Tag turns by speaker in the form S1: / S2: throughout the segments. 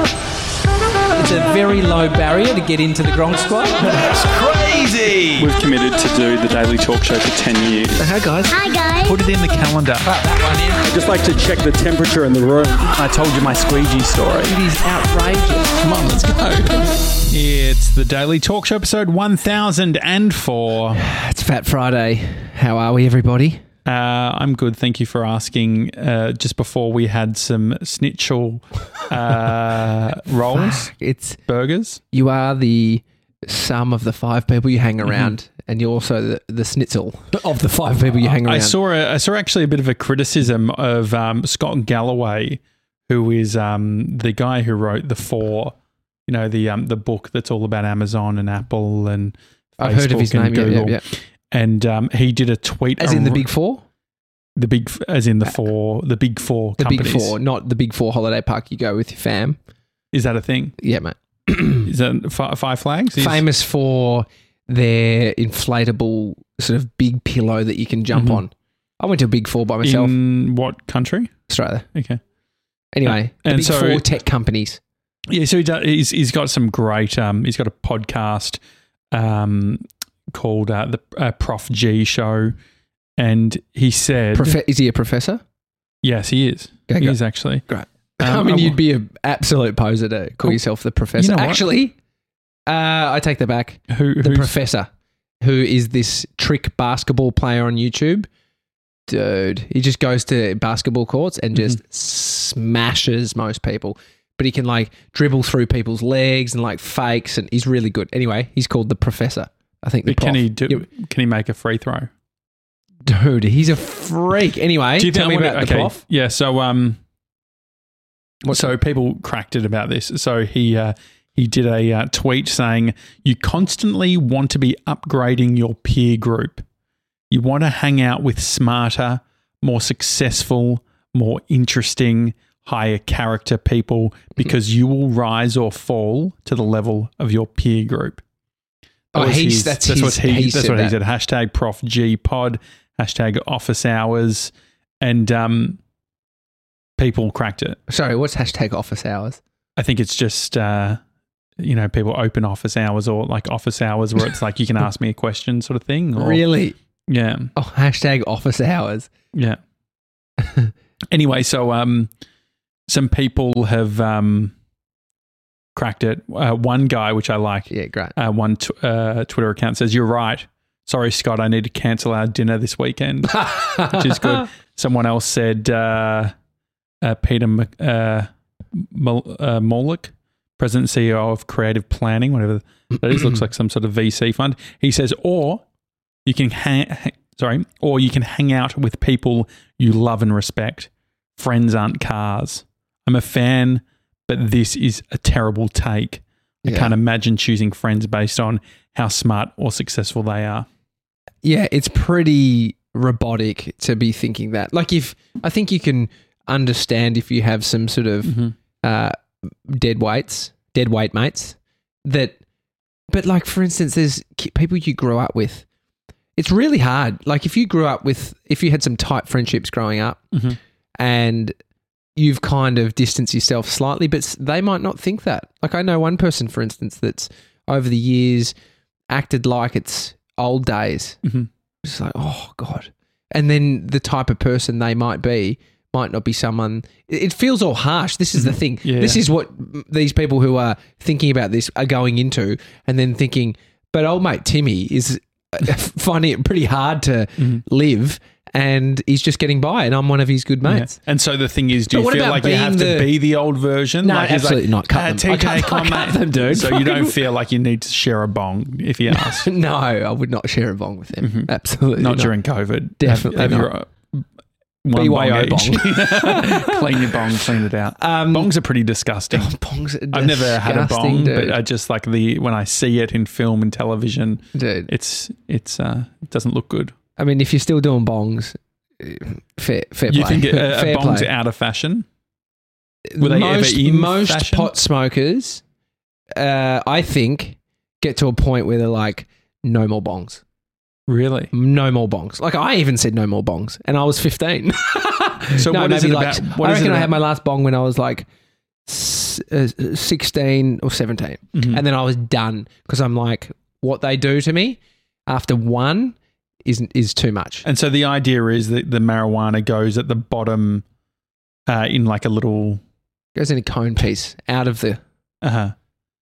S1: It's a very low barrier to get into the Gronk Squad.
S2: That's crazy.
S3: We've committed to do the Daily Talk Show for 10 years.
S4: Hey guys,
S5: Hi guys.
S4: put it in the calendar.
S1: That
S3: Just like to check the temperature in the room. I told you my squeegee story.
S1: one is. It is outrageous. Come on, let's go.
S4: It's the Daily Talk Show, episode 1004. Uh,
S1: It's Fat Friday. How are we, everybody?
S4: I'm good. Thank you for asking. Uh, just before we had some snitchel uh, rolls,
S1: It's
S4: burgers.
S1: you are the sum of the five people you
S4: Mm-hmm.
S1: hang around, and you're also the, the schnitzel of the five people you hang around.
S4: I saw a, I saw actually a bit of a criticism of um, Scott Galloway, who is um, the guy who wrote the four, you know the um, the book that's all about Amazon and Apple and
S1: I've heard of his
S4: Facebook
S1: name.
S4: and
S1: Yeah, yeah,
S4: Google.
S1: yeah.
S4: and um, he did a tweet
S1: As in the
S4: ar-
S1: Big Four,
S4: the big as in the four the big four
S1: Uh, the
S4: companies.
S1: Big Four, not the Big Four holiday park you go with your fam.
S4: Is that a thing?
S1: Yeah, mate.
S4: Is that fi- Five Flags? Is-
S1: Famous for their inflatable sort of big pillow that you can jump on. I went to a Big Four by myself,
S4: Mm-hmm. in what country?
S1: Australia.
S4: Okay.
S1: Anyway, the
S4: and
S1: Big
S4: so-
S1: Four tech companies.
S4: Yeah, so he does, he's he's got some great. Um, he's got a podcast, um, called uh, the uh, Prof G Show, and he said,
S1: Profe- is he a professor?
S4: "Yes, he is.
S1: Okay,
S4: he is actually
S1: Great.
S4: Um,
S1: I mean,
S4: I-
S1: you'd be an absolute poser to call
S4: Oh,
S1: yourself the professor.
S4: you know what?
S1: Actually, uh, I take that back.
S4: Who,
S1: The
S4: who's-
S1: professor, who is this trick basketball player on YouTube. Dude, he just goes to basketball courts and just
S4: Mm-hmm.
S1: smashes most people. But he can like dribble through people's legs and like fakes, and he's really good. Anyway, he's called the professor. I think the
S4: but can
S1: prof.
S4: he do?
S1: Yeah,
S4: Can he make a free throw?
S1: dude, he's a freak. Anyway,
S4: Do you
S1: tell
S4: think-
S1: me
S4: I wonder-
S1: about the
S4: okay,
S1: prof.
S4: Yeah. So um, so people cracked it about this. So he uh, he did a uh, tweet saying, "You constantly want to be upgrading your peer group. You want to hang out with smarter, more successful, more interesting." Higher character people because you will rise or fall to the level of your peer group. That
S1: Oh,
S4: was
S1: he's-
S4: his-
S1: that's
S4: what
S1: his- he
S4: that's
S1: said
S4: what he
S1: that.
S4: said. Hashtag Prof G Pod. Hashtag Office Hours, and um, people cracked it.
S1: Sorry, what's hashtag office hours?
S4: I think it's just uh, you know people open office hours or like office hours where it's like you can ask me a question sort of thing. Or,
S1: Really?
S4: Yeah,
S1: Oh, hashtag office hours.
S4: yeah. anyway, so um, some people have um, cracked it. Uh, one guy, which I like,
S1: Yeah, great.
S4: uh, one t- uh, Twitter account says, "You're right. Sorry, Scott. I need to cancel our dinner this weekend," which is good. Someone else said, uh, uh, "Peter Mc- uh, Mul- uh, Moloch, President and CEO of Creative Planning, whatever that is, looks like some sort of VC fund." He says, "Or you can hang, ha- sorry, or you can hang out with people you love and respect. Friends aren't cars. I'm a fan, but this is a terrible take." I
S1: Yeah.
S4: can't imagine choosing friends based on how smart or successful they are.
S1: Yeah, it's pretty robotic to be thinking that. Like, if I think you can understand if you have some sort of uh, dead weights, dead weight mates that, but like, for instance, there's ki- people you grew up with. It's really hard. Like, if you grew up with, if you had some tight friendships growing up
S4: Mhm.
S1: and you've kind of distanced yourself slightly, but s- they might not think that. Like, I know one person, for instance, that's over the years acted like it's old days.
S4: Mhm.
S1: It's like, oh god. And then the type of person they might be might not be someone. It it feels all harsh. This is the thing.
S4: Yeah.
S1: This is what mm, these people who are thinking about this are going into, and then thinking, but old mate Timmy is uh, finding it pretty hard to
S4: Mm-hmm.
S1: live, and he's just getting by, and I'm one of his good mates.
S4: And so the thing is, do
S1: But
S4: you
S1: what
S4: feel
S1: about
S4: like you
S1: being
S4: have
S1: the-
S4: to be the old version?
S1: No,
S4: like, he's
S1: absolutely not. Cut them. I
S4: "Ah, TJ,
S1: cut-
S4: come
S1: I
S4: on,
S1: cut
S4: mate."
S1: them, dude.
S4: So you don't
S1: Fucking-
S4: feel like you need to share a bong if you ask.
S1: No, I would not share a bong with him. Absolutely
S4: Mm-hmm. not
S1: not.
S4: during COVID.
S1: Definitely
S4: Have, have
S1: not.
S4: your uh, one
S1: BYO
S4: bong. each. clean your bong, clean it out.
S1: Um,
S4: Bongs are pretty disgusting.
S1: Oh, bongs are
S4: I've never had a
S1: disgusting,
S4: bong,
S1: dude.
S4: but I just like the when I see it in film and television,
S1: dude.
S4: it's it's uh, it doesn't look good.
S1: I mean, if you're still doing bongs, eh, fair, fair
S4: You
S1: play.
S4: think a, a
S1: fair
S4: bong's
S1: play.
S4: out of fashion? Were they ever
S1: most
S4: in
S1: most
S4: fashion?
S1: pot smokers, uh, I think, get to a point where they're like, no more bongs,
S4: Really?
S1: no more bongs. Like I even said, no more bongs, and I was 15.
S4: So
S1: no,
S4: what is
S1: maybe
S4: it
S1: like
S4: about? What
S1: I
S4: is it
S1: reckon I
S4: about-
S1: had my last bong when I was like s- uh, 16 or 17.
S4: Mhm.
S1: And then I was done because I'm like, what they do to me after one is, is too much.
S4: And so the idea is that the marijuana goes at the bottom uh, in like a little.
S1: goes in a cone piece out of the.
S4: Uh-huh.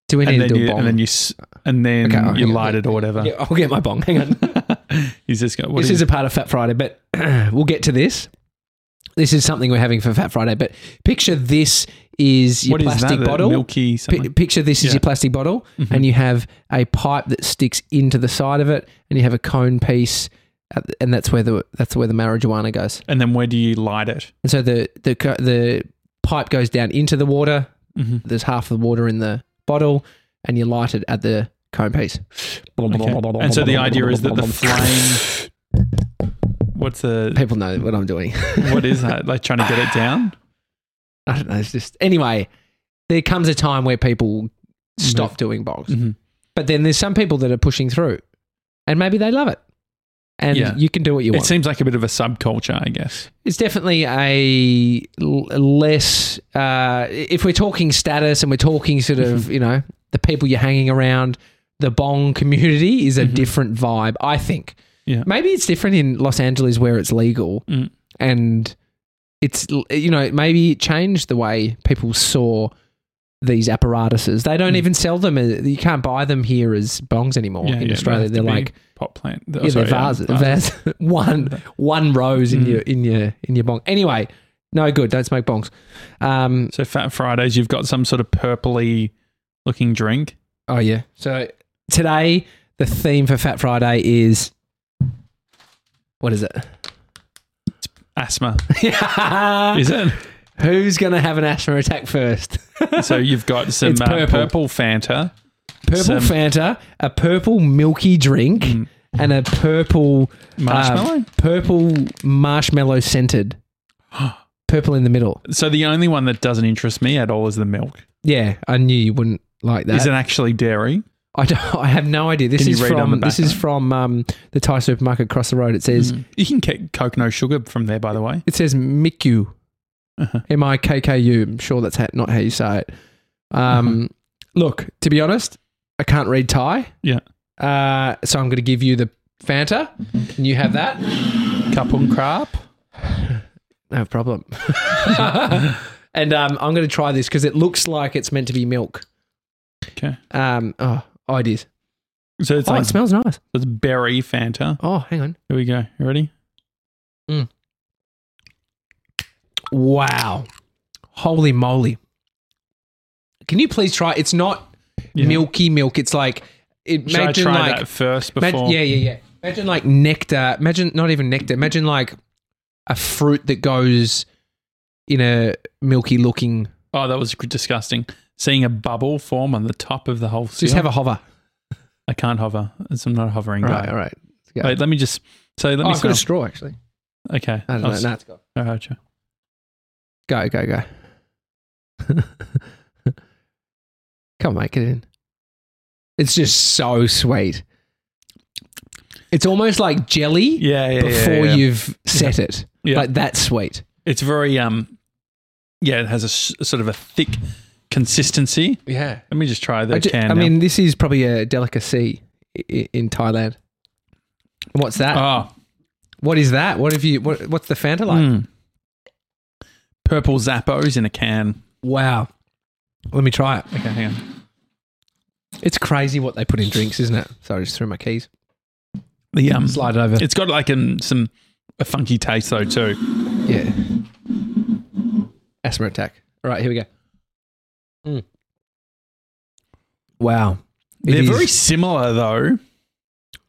S1: Do we need to
S4: And, then
S1: do a
S4: you,
S1: bomb?
S4: and then you uh, s- and then
S1: Okay,
S4: you
S1: okay.
S4: light it or whatever.
S1: Yeah, I'll get my bong. Hang on.
S4: He's just going.
S1: this is a part of Fat Friday, but we'll get to this. This is something we're having for Fat Friday, but picture this is your
S4: what is
S1: plastic
S4: that? The
S1: bottle.
S4: milky
S1: Pi-
S4: something. Mm-hmm.
S1: picture this is
S4: Yeah.
S1: your plastic bottle, and you have a pipe that sticks into the side of it, and you have a cone piece, at the- and that's where the that's where the marijuana goes.
S4: and then where do you light it?
S1: And so the the co- the pipe goes down into the water.
S4: Mhm.
S1: There's half the water in the bottle, and you light it at the cone piece.
S4: Okay. And so the idea is that the flame. What's the
S1: People know what I'm doing.
S4: what is that? Like trying to get it down?
S1: I don't know. It's just anyway. There comes a time where people stop doing bogs,
S4: Mhm.
S1: but then there's some people that are pushing through, and maybe they love it, and
S4: Yeah.
S1: you can do what you
S4: It
S1: want.
S4: seems like a bit of a subculture, I guess.
S1: It's definitely a l- less. Uh, if we're talking status and we're talking sort
S4: Mm-hmm.
S1: of you know the people you're hanging around, the bong community is a different vibe. I think.
S4: Mm-hmm. Yeah.
S1: Maybe it's different in Los Angeles where it's legal,
S4: Mm.
S1: and it's l- you know maybe it changed the way people saw these apparatuses. They
S4: Mm.
S1: don't even sell them. as- You can't buy them here as bongs anymore in
S4: they
S1: Australia.
S4: have to
S1: They're
S4: be
S1: like
S4: pot plant. Oh,
S1: yeah,
S4: sorry,
S1: they're vases.
S4: vases. Hmm.
S1: Vase- one one rose in your in your in your bong. Anyway, no good. Don't smoke bongs. Um,
S4: So Fat Fridays, you've got some sort of purpley looking drink.
S1: oh yeah. So today the theme for Fat Friday is what is it?
S4: Asthma. Is it?
S1: Who's gonna have an asthma attack first?
S4: So you've got some
S1: It's
S4: uh,
S1: purple.
S4: purple. Fanta.
S1: Purple
S4: Some-
S1: Fanta, a purple milky drink,
S4: Hmm.
S1: and a purple um,
S4: mm, Marshmallow?
S1: purple marshmallow scented. purple in the middle.
S4: So the only one that doesn't interest me at all is the milk.
S1: Yeah, I knew you wouldn't like that.
S4: Is it actually dairy?
S1: I don't. I have no idea. This
S4: Can you
S1: is
S4: read on
S1: from
S4: the
S1: this
S4: back Mm.
S1: is
S4: of it?
S1: from um, the Thai supermarket across the road. It says
S4: You can get Coke no sugar from there, by the way.
S1: it says Miku,
S4: Uh-huh.
S1: M I K K U. I'm sure that's ha- not how you say it.
S4: Uh-huh.
S1: Um, Look, to be honest, I can't read Thai,
S4: Yeah.
S1: uh, so I'm going to give you the Fanta. Can you have that?
S4: Kapung Mm-hmm. crap.
S1: No problem. and um, I'm going to try this because it looks like it's meant to be milk.
S4: Okay.
S1: Um, oh, oh, it is.
S4: So it's
S1: oh,
S4: like
S1: it smells nice.
S4: it's berry Fanta.
S1: Oh, hang on.
S4: Here we go. You ready?
S1: Wow. Holy moly. Can you please try? It's not
S4: Yeah.
S1: milky milk. It's like it,
S4: Should I
S1: imagine
S4: try
S1: like
S4: that first
S1: imagine-
S4: before?
S1: yeah, yeah, yeah. Imagine like nectar. Imagine not even nectar. Imagine like a fruit that goes in a milky looking.
S4: Oh, that was disgusting. Seeing a bubble form on the top of the whole.
S1: Just
S4: seal.
S1: have a hover.
S4: I can't hover. It's- I'm not a hovering
S1: All
S4: guy.
S1: right, all right. Yeah.
S4: Wait, let me just. So let
S1: Oh,
S4: me.
S1: I've got
S4: Smell.
S1: a straw actually.
S4: okay.
S1: I don't
S4: I'll
S1: know.
S4: s-
S1: Nah, it's gone.
S4: all right, sure.
S1: Go, go, go. Come on, mate, get it in. It's just so sweet. It's almost like jelly.
S4: Yeah, yeah, yeah,
S1: before
S4: yeah.
S1: you've set it.
S4: Yeah.
S1: Like that's sweet.
S4: It's very um. Yeah, it has a s- sort of a thick consistency.
S1: Yeah.
S4: Let me just try the
S1: I, ju-
S4: can.
S1: I
S4: now.
S1: mean, this is probably a delicacy in, in Thailand. And What's that?
S4: oh,
S1: what is that? What have you? What, what's the Fanta like?
S4: mm. purple Zappos in a can.
S1: Wow. Let me try it.
S4: Okay, hang on.
S1: It's crazy what they put in drinks, isn't it? Sorry, I just threw my keys.
S4: The um,
S1: Slide it over.
S4: it's got like um, some a funky taste though too.
S1: Yeah. Asthma attack. All right, here we go. Mm. Wow. It
S4: Hmm. They're
S1: is-
S4: very similar though.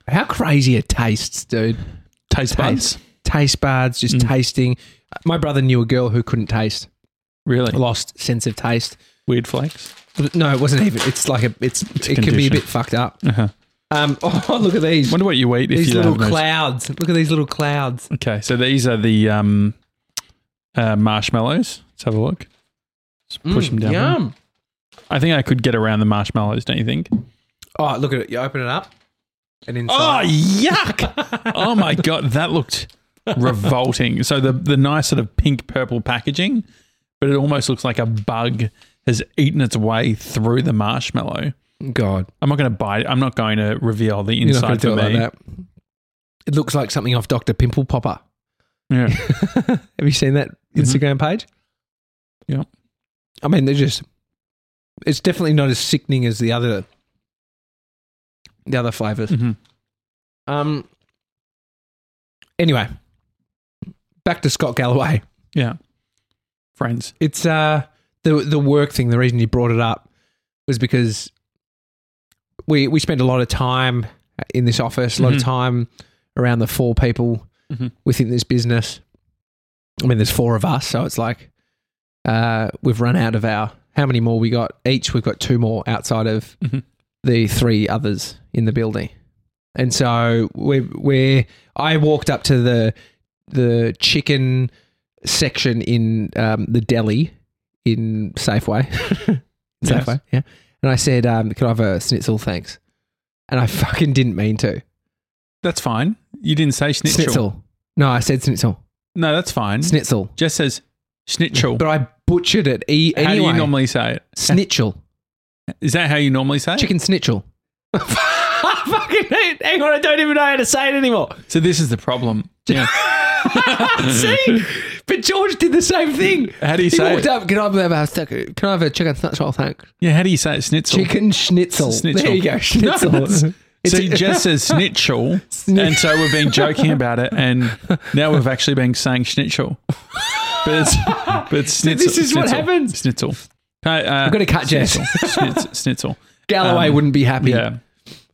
S1: How crazy are tastes, dude?
S4: Taste buds,
S1: taste buds, just
S4: Mm.
S1: tasting. My brother knew a girl who couldn't taste,
S4: really
S1: lost sense of taste.
S4: weird flakes.
S1: But no, it wasn't even. It's like a. It's,
S4: a
S1: it can be a
S4: condition.
S1: bit fucked up.
S4: Uh-huh.
S1: Um. Oh, look at these.
S4: Wonder what you eat if
S1: these
S4: you
S1: little
S4: have those.
S1: clouds. Look at these little clouds.
S4: Okay, so these are the um, uh, marshmallows. Let's have a look. Just push
S1: Mm,
S4: them down.
S1: Yum.
S4: I think I could get around the marshmallows, don't you think?
S1: Oh, look at it. You open it up, and
S4: Oh,
S1: inside.
S4: yuck! oh my god, that looked revolting. So the the nice sort of pink purple packaging, but it almost looks like a bug has eaten its way through the marshmallow.
S1: God,
S4: I'm not going to bite. I'm not going to reveal the
S1: you're not going
S4: inside
S1: to do
S4: for
S1: it
S4: me.
S1: like that. It looks like something off Doctor Pimple Popper.
S4: Yeah.
S1: Have you seen that Instagram page?
S4: Mm-hmm. Yeah.
S1: I mean, they're just. It's definitely not as sickening as the other. The other flavors.
S4: Mhm.
S1: Um. Anyway, back to Scott Galloway.
S4: Yeah. Friends.
S1: It's uh the the work thing. The reason you brought it up was because we we spent a lot of time in this office, a lot of
S4: Mhm.
S1: time around the four people
S4: Mhm.
S1: within this business. I mean, there's four of us, so it's like uh, we've run out of our how many more we got each. We've got two more outside of
S4: Mhm.
S1: the three others in the building, and so we we I walked up to the the chicken section in um, the deli in Safeway.
S4: Yes.
S1: Safeway, yeah. And I said, um, "Can I have a schnitzel, thanks?" And I fucking didn't mean to.
S4: That's fine. You didn't say schnitzel.
S1: Schnitzel. No, I said schnitzel.
S4: No, that's fine.
S1: Schnitzel.
S4: Just says schnitzel.
S1: But I butchered it. E-
S4: how
S1: anyway,
S4: do you normally say it?
S1: schnitzel.
S4: Is that how you normally say it?
S1: Chicken schnitzel. I fucking hate- hang on, I don't even know how to say it anymore.
S4: So this is the problem. Yeah.
S1: See, but George did the same thing.
S4: How do you
S1: he
S4: say
S1: walked
S4: it?
S1: up. Can I have a steak- can I have a chicken schnitzel? Thanks.
S4: Yeah, how do you say it? Schnitzel.
S1: Chicken schnitzel.
S4: Schnitzel.
S1: There you go. Schnitzel.
S4: that's-
S1: It's-
S4: so you just says schnitzel,
S1: Schnit-
S4: and so we've been joking about it, and now we've actually been saying schnitzel. But it's, but it's schnitzel.
S1: this is what
S4: schnitzel,
S1: happens.
S4: Schnitzel. I'm
S1: gonna cut Jess.
S4: Schnitzel. schnitzel.
S1: Galloway
S4: Um,
S1: wouldn't be happy.
S4: Yeah.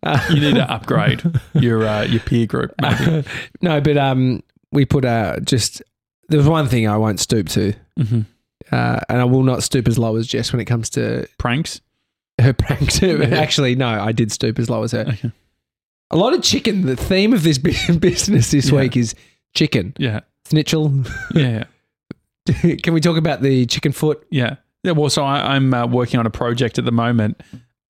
S1: Uh.
S4: you need to upgrade your uh, your peer group. Maybe.
S1: No, but um, we put uh, just there was one thing I won't stoop to,
S4: Mhm.
S1: uh, and I will not stoop as low as Jess when it comes to
S4: Pranks.
S1: her prank. too. Actually, no, I did stoop as low as her.
S4: Okay.
S1: A lot of chicken. The theme of this bu- business this
S4: Yeah.
S1: week is chicken.
S4: Yeah.
S1: Snitchell.
S4: Yeah. Yeah.
S1: Can we talk about the chicken foot?
S4: Yeah. Yeah. Well, so I, I'm uh, working on a project at the moment.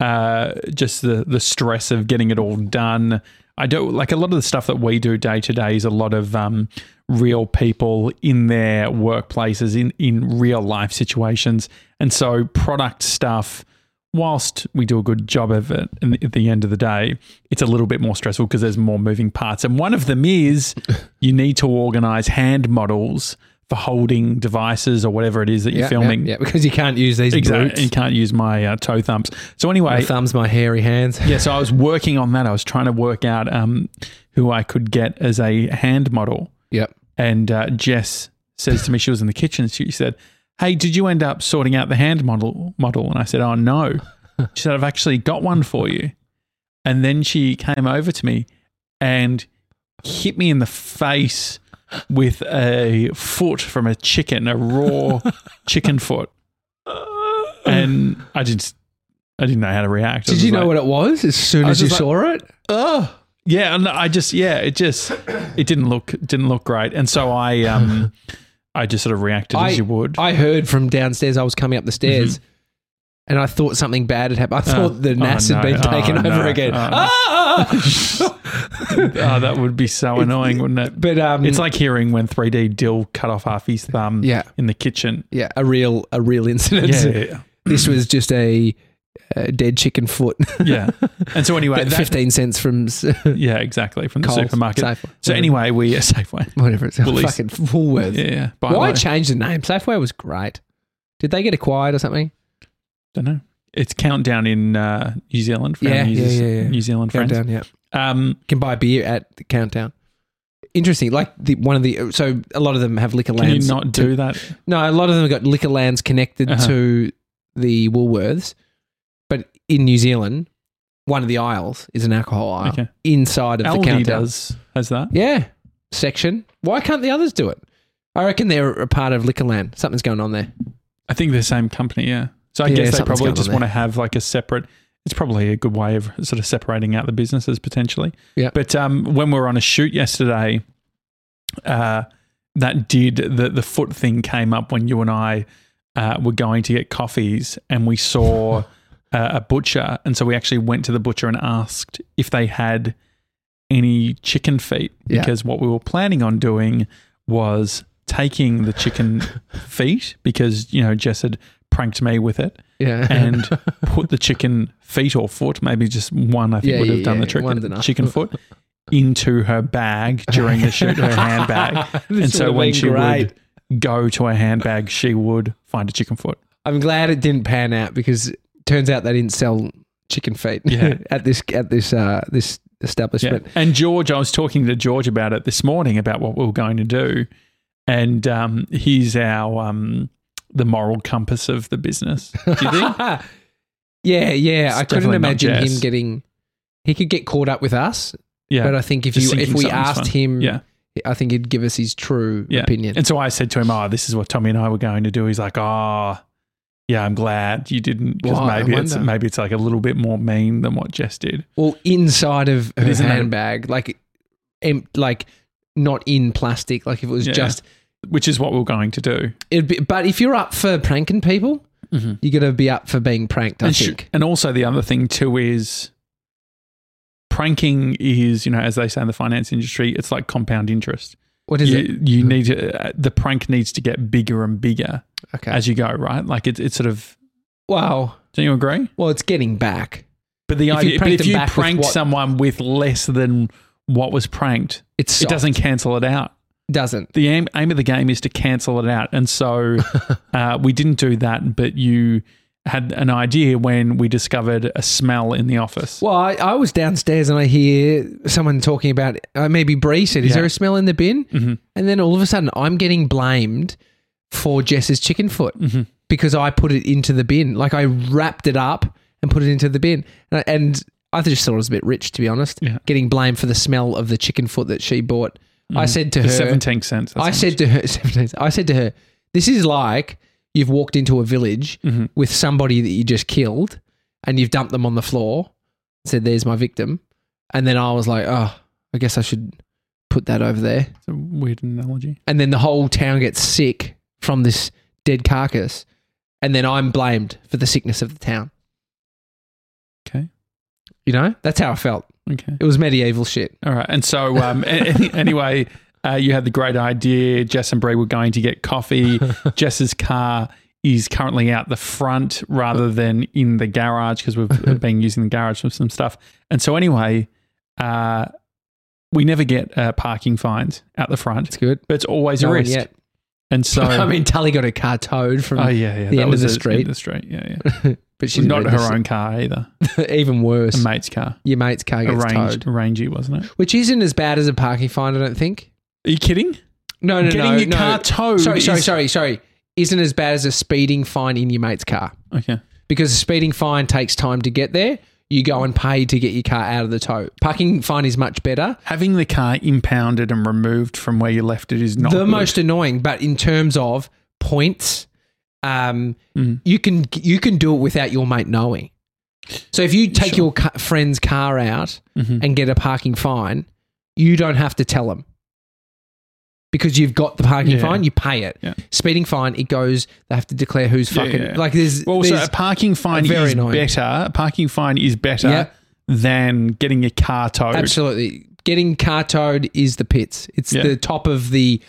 S4: Uh, just the the stress of getting it all done. I don't like a lot of the stuff that we do day to day is a lot of um, real people in their workplaces in in real life situations, and so product stuff. Whilst we do a good job of it, and at the end of the day, it's a little bit more stressful because there's more moving parts, and one of them is you need to organise hand models for holding devices or whatever it is that you're
S1: Yeah,
S4: filming.
S1: Yeah, yeah, because you can't use these
S4: Exactly. You
S1: brutes.
S4: can't use my uh, toe thumps. So
S1: My
S4: anyway,
S1: thumbs, my hairy hands.
S4: yeah. So I was working on that. I was trying to work out um, who I could get as a hand model.
S1: Yep.
S4: And uh, Jess says to me, she was in the kitchen. She said, "Hey, did you end up sorting out the hand model model?" And I said, "Oh no." She said, "I've actually got one for you." And then she came over to me and hit me in the face with a foot from a chicken, a raw chicken foot. And I just, I didn't know how to react.
S1: Did
S4: I was
S1: you know
S4: like,
S1: what it was as soon
S4: I
S1: as
S4: was
S1: you
S4: just
S1: saw it?
S4: oh yeah and i just yeah it just it didn't look didn't look great and so i um i just sort of reacted as you would Mm-hmm.
S1: I heard from downstairs. I was coming up the stairs, and I thought something bad had happened. I
S4: Oh.
S1: thought the
S4: Oh,
S1: NAS had
S4: no.
S1: been taken
S4: Oh,
S1: over
S4: no.
S1: again.
S4: Oh, no.
S1: Ah!
S4: oh that would be so annoying wouldn't it
S1: but um,
S4: it's like hearing when 3d dill cut off half his thumb
S1: Yeah.
S4: in the kitchen
S1: yeah, a real a real incident.
S4: yeah
S1: this was just a, uh dead chicken foot.
S4: yeah and so anyway that,
S1: Fifteen cents from s-
S4: yeah exactly from the
S1: Coles,
S4: supermarket
S1: Safeway,
S4: so
S1: whatever.
S4: anyway we yeah, safeway
S1: whatever it's
S4: Woolies.
S1: fucking Woolworths.
S4: yeah, yeah. By
S1: Why
S4: the way,
S1: change the name? Safeway was great. Did they get acquired or something?
S4: don't know it's countdown in uh, new zealand for our
S1: Yeah,
S4: new,
S1: yeah, yeah, yeah.
S4: new zealand friends
S1: Countdown, yeah.
S4: um
S1: Can buy beer at the countdown. Interesting. Like the one of the so a lot of them have liquor
S4: can you
S1: lands.
S4: not
S1: to-
S4: do that
S1: No, a lot of them have got liquor lands connected
S4: Uh-huh.
S1: to the Woolworths, but in New Zealand, one of the aisles is an alcohol aisle
S4: Okay.
S1: inside of the
S4: aldi
S1: countdown.
S4: does has that
S1: Yeah, section. Why can't the others do it? I reckon they're a part of Liquorland. Something's going on there.
S4: I think they're the same company, yeah. So I
S1: Yeah,
S4: guess they
S1: something's
S4: probably
S1: going
S4: just
S1: on
S4: want to have like a separate. It's probably a good way of sort of separating out the businesses potentially.
S1: Yeah.
S4: But um, when we were on a shoot yesterday, uh, that did the the foot thing came up when you and I uh, were going to get coffees, and we saw uh, a butcher, and so we actually went to the butcher and asked if they had any chicken feet
S1: Yeah.
S4: because what we were planning on doing was taking the chicken feet because, you know, Jess had pranked me with it
S1: Yeah.
S4: and put the chicken feet or foot, maybe just one, I think
S1: Yeah,
S4: would have
S1: yeah,
S4: done
S1: yeah,
S4: the trick,
S1: one's enough.
S4: chicken foot, into her bag during the shoot, her handbag.
S1: This
S4: and so
S1: would've
S4: when
S1: been
S4: she
S1: great.
S4: would go to her handbag, she would find a chicken foot.
S1: I'm glad it didn't pan out because it turns out they didn't sell chicken feet
S4: Yeah.
S1: at this at this uh, this
S4: Yeah.
S1: establishment.
S4: And George, I was talking to George about it this morning about what we were going to do. And um, he's our um, the moral compass of the business. Do you think?
S1: Yeah, yeah. I couldn't
S4: definitely not
S1: imagine
S4: jazz.
S1: him getting. He could get caught up with us,
S4: Yeah.
S1: but I think if
S4: Just
S1: you if
S4: thinking
S1: we
S4: something's
S1: asked
S4: fun.
S1: him,
S4: yeah.
S1: I think he'd give us his true
S4: Yeah.
S1: opinion.
S4: And so I said to him, "Oh, this is what Tommy and I were going to do." He's like, "Oh, yeah, I'm glad you didn't because
S1: Why? I
S4: maybe it's
S1: wonder.
S4: maybe it's like a little bit more mean than what Jess did."
S1: well, inside of her
S4: isn't that-
S1: handbag, like, em- like not in plastic. Like if it was
S4: Yeah.
S1: just
S4: Which is what we're going to do.
S1: It'd be, but if you're up for pranking people, you got to be up for being pranked. I
S4: Mm-hmm. and, sh-
S1: think.
S4: and also the other thing too is pranking is you know as they say in the finance industry, it's like compound interest.
S1: what is
S4: you,
S1: it? Hmm.
S4: you need to uh, the prank needs to get bigger and bigger
S1: Okay.
S4: as you go, right? Like it's it's sort of.
S1: wow.
S4: Don't you agree?
S1: Well, it's getting back.
S4: But the
S1: If you
S4: idea, but
S1: pranked
S4: if
S1: them
S4: you
S1: back with
S4: pranked
S1: what-
S4: someone with less than what was pranked,
S1: It's
S4: it doesn't cancel it out.
S1: doesn't.
S4: the aim, aim of the game is to cancel it out. And so uh, we didn't do that, but you had an idea when we discovered a smell in the office.
S1: Well, I, I was downstairs and I hear someone talking about. Uh, maybe Bree said, "Is
S4: Yeah.
S1: there a smell in the bin?" Mm-hmm. And then all of a sudden, I'm getting blamed for Jess's chicken foot
S4: Mm-hmm.
S1: because I put it into the bin. Like I wrapped it up and put it into the bin, and I, and I just thought it was a bit rich, to be honest.
S4: Yeah.
S1: Getting blamed for the smell of the chicken foot that she bought. I said to her,
S4: Mm-hmm. The 17 cents. that's
S1: I
S4: how
S1: said to her, 17, I said to her, this is like you've walked into a village
S4: Mm-hmm.
S1: with somebody that you just killed and you've dumped them on the floor, said, there's my victim. And then I was like, oh, I guess I should put that over there.
S4: much. It's a weird analogy.
S1: And then the whole town gets sick from this dead carcass. And then I'm blamed for the sickness of the town.
S4: Okay.
S1: You know, that's how I felt.
S4: Okay.
S1: It was medieval shit.
S4: All right. And so, um, any, anyway, uh, you had the great idea. Jess and Bree were going to get coffee. Jess's car is currently out the front rather than in the garage because we've been using the garage for some stuff. And so, anyway, uh, we never get uh, parking fines out the front,
S1: It's good.
S4: but it's always a
S1: No one
S4: risk.
S1: yet.
S4: And so,
S1: I mean, Tully got a car towed from,
S4: oh yeah, yeah,
S1: the end of
S4: was
S1: the
S4: a-
S1: street.
S4: the street, yeah, yeah.
S1: but she's
S4: She's not her own car either.
S1: Even worse.
S4: A mate's car,
S1: Your mate's car
S4: a
S1: gets
S4: range,
S1: towed,
S4: rangy, wasn't it?
S1: which isn't as bad as a parking fine, I don't think.
S4: Are you kidding?
S1: No, no,
S4: Getting
S1: no,
S4: your
S1: no.
S4: car towed.
S1: Sorry, sorry,
S4: is-
S1: sorry, sorry. Isn't as bad as a speeding fine in your mate's car
S4: Okay.
S1: because a speeding fine takes time to get there. You go and pay to get your car out of the tow. Parking fine is much better.
S4: Having the car impounded and removed from where you left it is not
S1: the
S4: good.
S1: most annoying, but in terms of points, um,
S4: Mm.
S1: you can you can do it without your mate knowing. So if you take your ca- friend's car out
S4: Mm-hmm.
S1: and get a parking fine, you don't have to tell them because you've got the parking
S4: Yeah.
S1: fine. You pay it.
S4: Yeah.
S1: Speeding fine, it goes. They have to declare who's
S4: Yeah,
S1: fucking
S4: yeah.
S1: like there's.
S4: Well, so
S1: there's-
S4: a parking fine
S1: very
S4: is
S1: annoying.
S4: better. A parking fine is better
S1: Yeah.
S4: than getting your car towed.
S1: Absolutely. Getting car towed is the pits. It's
S4: Yeah.
S1: the top of the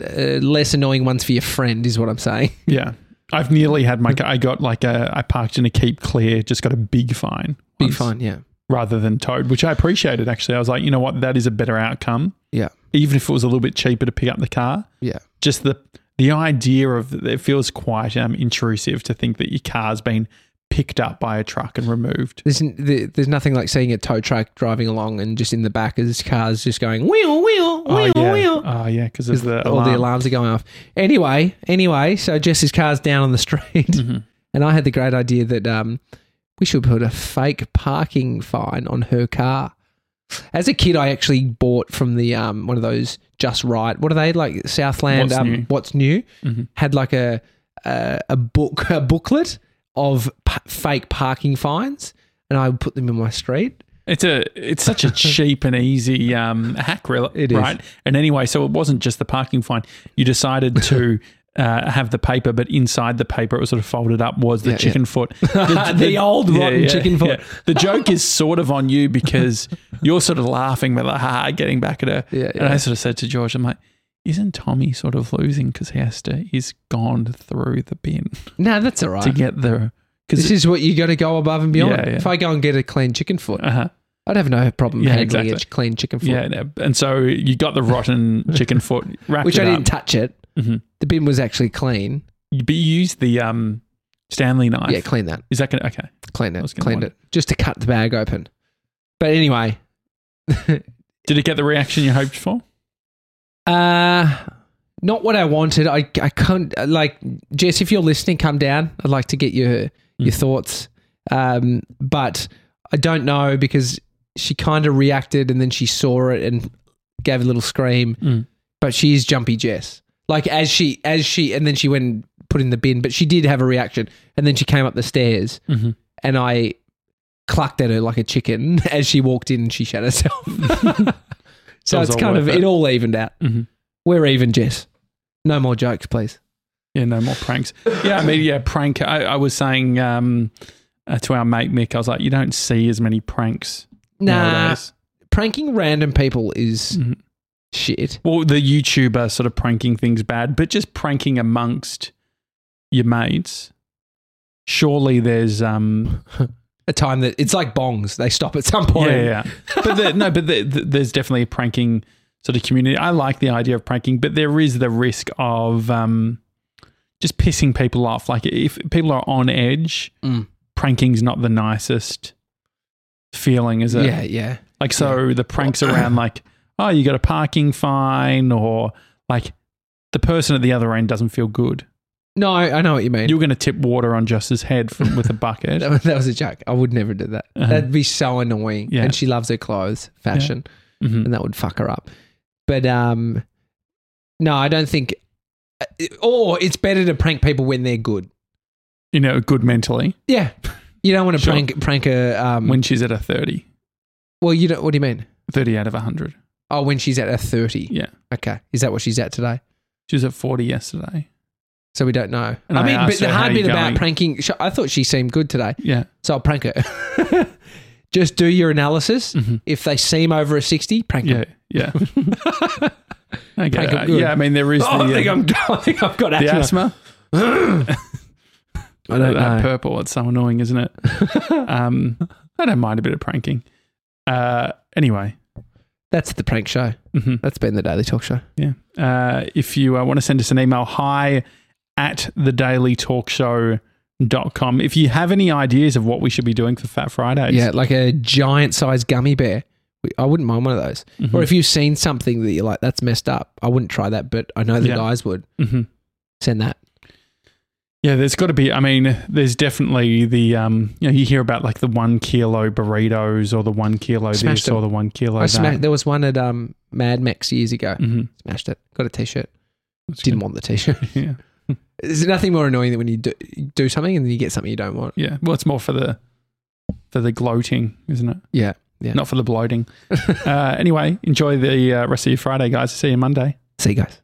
S1: uh, less annoying ones for your friend, is what I'm saying.
S4: Yeah. I've nearly had my car. I got like a, I parked in a keep clear, just got a big fine.
S1: Big
S4: once,
S1: fine, yeah.
S4: Rather than towed, which I appreciated actually. I was like, you know what? That is a better outcome.
S1: Yeah.
S4: Even if it was a little bit cheaper to pick up the car.
S1: Yeah.
S4: Just the, the idea of it feels quite um, intrusive to think that your car's been picked up by a truck and removed.
S1: There's, n- there- there's nothing like seeing a tow truck driving along and just in the back is cars just going wheel wheel wheel
S4: oh, yeah.
S1: wheel
S4: Oh, yeah, because of
S1: 'Cause
S4: the
S1: all
S4: alarm.
S1: the alarms are going off. Anyway, anyway, so Jess's car's down on the street,
S4: Mm-hmm.
S1: and I had the great idea that um, we should put a fake parking fine on her car. As a kid, I actually bought from the um, one of those just right. What are they like? Southland.
S4: What's
S1: um,
S4: New? Mm-hmm.
S1: What's new? Had like a a, a book a booklet of p- fake parking fines, and I would put them in my street.
S4: It's a it's such a cheap and easy um, hack, really,
S1: It is.
S4: right? And anyway, so it wasn't just the parking fine. You decided to uh, have the paper, but inside the paper, it was sort of folded up was the
S1: Yeah, yeah.
S4: chicken foot,
S1: The old rotten chicken foot.
S4: The joke is sort of on you because you're sort of laughing, but like, ha, ha, getting back at her.
S1: Yeah,
S4: And
S1: yeah.
S4: I sort of said to George, I'm like. isn't Tommy sort of losing because Hester is gone through the bin
S1: No, that's all right.
S4: to get the
S1: this
S4: because
S1: is what you got to go above and beyond.
S4: Yeah, yeah.
S1: If I go and get a clean chicken foot,
S4: uh
S1: I'd have no problem
S4: Yeah,
S1: handling
S4: exactly.
S1: a ch- clean chicken foot.
S4: yeah, no. and so you got the rotten chicken foot wrapped
S1: which
S4: it
S1: I didn't
S4: up.
S1: touch it.
S4: Mhm.
S1: The bin was actually clean.
S4: but you used the um Stanley knife.
S1: Yeah, clean that.
S4: is that gonna okay?
S1: Clean
S4: I was
S1: it.
S4: gonna
S1: Cleaned
S4: wonder.
S1: it. Just to cut the bag open. But anyway,
S4: Did it get the reaction you hoped for?
S1: uh, not what I wanted. I, I can't, like, Jess, if you're listening, come down. I'd like to get your, your
S4: Mm.
S1: thoughts. Um, but I don't know because she kind of reacted and then she saw it and gave a little scream.
S4: Mm.
S1: But she is jumpy Jess. Like, as she, as she, and then she went and put in the bin, but she did have a reaction. And then she came up the stairs.
S4: Mm-hmm.
S1: and I clucked at her like a chicken as she walked in and she shut herself. so
S4: Sounds
S1: it's
S4: all
S1: kind
S4: worth
S1: of,
S4: it.
S1: it. all evened out.
S4: Mhm.
S1: We're even, Jess. No more jokes, please.
S4: Yeah, no more pranks. Yeah, I mean, yeah, prank. I, I was saying um, uh, to our mate Mick, I was like, you don't see as many pranks
S1: Nah,
S4: nowadays.
S1: pranking random people is
S4: Mhm.
S1: shit.
S4: Well, the YouTuber sort of pranking things bad, but just pranking amongst your mates. Surely there's um
S1: A time that it's like bongs, they stop at some
S4: yeah,
S1: point.
S4: yeah, yeah. but the, no but the, the, there's definitely a pranking sort of community. I like the idea of pranking, but there is the risk of um just pissing people off. Like if people are on edge,
S1: Mm.
S4: pranking's not the nicest feeling, is it?
S1: yeah, yeah.
S4: Like so the pranks around like, oh, you got a parking fine or like the person at the other end doesn't feel good.
S1: No, I know what you mean.
S4: You're going to tip water on Justice's head from, with a bucket.
S1: that, was- that was a joke. I would never do that.
S4: Uh-huh.
S1: That'd be so annoying.
S4: Yeah.
S1: And she loves her clothes, fashion.
S4: Mhm.
S1: and that would fuck her up. But um, no, I don't think. uh, Or it's better to prank people when they're good.
S4: You know, good mentally
S1: Yeah, you don't want to
S4: Sure.
S1: prank prank a um.
S4: when she's at a 30,
S1: well, you don't. What do you mean?
S4: 30 out of 100.
S1: Oh, when she's at a thirty.
S4: Yeah.
S1: Okay, is that what she's at today?
S4: She was at 40 yesterday.
S1: So we don't know.
S4: And
S1: I
S4: I
S1: mean, but
S4: asked
S1: the
S4: her,
S1: hard
S4: "How you
S1: bit about
S4: going?"
S1: pranking, sh- I thought she seemed good today,
S4: Yeah.
S1: so I'll prank her. Just do your analysis.
S4: Mhm.
S1: If they seem over a sixty, prank
S4: Yeah.
S1: them.
S4: Yeah. I
S1: Prank
S4: get it.
S1: it good.
S4: Yeah. I mean, there is
S1: Oh,
S4: the,
S1: I think
S4: uh,
S1: I'm. I think I've got
S4: the
S1: asthma.
S4: asthma.
S1: I don't
S4: that
S1: know.
S4: purple. It's so annoying, isn't it? um, I don't mind a bit of pranking. Uh, anyway.
S1: That's the prank show.
S4: hmm
S1: That's been the Daily Talk Show.
S4: Yeah. Uh, if you uh, want to send us an email, hi at the daily talk show dot com. If you have any ideas of what we should be doing for Fat Fridays,
S1: Yeah, like a giant sized gummy bear. We- I wouldn't mind one of those.
S4: Mhm.
S1: Or if you've seen something that you're like, that's messed up, I wouldn't try that, but I know the
S4: Yeah.
S1: guys would.
S4: Mhm.
S1: Send that.
S4: yeah, there's got to be. I mean, there's definitely the um, you know, you hear about like the one kilo burritos or the one kilo
S1: Smashed
S4: this
S1: them.
S4: or the one kilo
S1: I
S4: that.
S1: smashed, there was one at um, Mad Max years ago.
S4: Mhm.
S1: Smashed it. Got a t shirt.
S4: That's
S1: Didn't want the t shirt.
S4: good. Yeah,
S1: There's nothing more annoying than when you do, you do something and then you get something you don't want.
S4: yeah. Well, it's more for the for the gloating, isn't it?
S1: Yeah. Yeah.
S4: Not for the bloating. uh, anyway, enjoy the uh, rest of your Friday, guys. See you Monday.
S1: See you guys.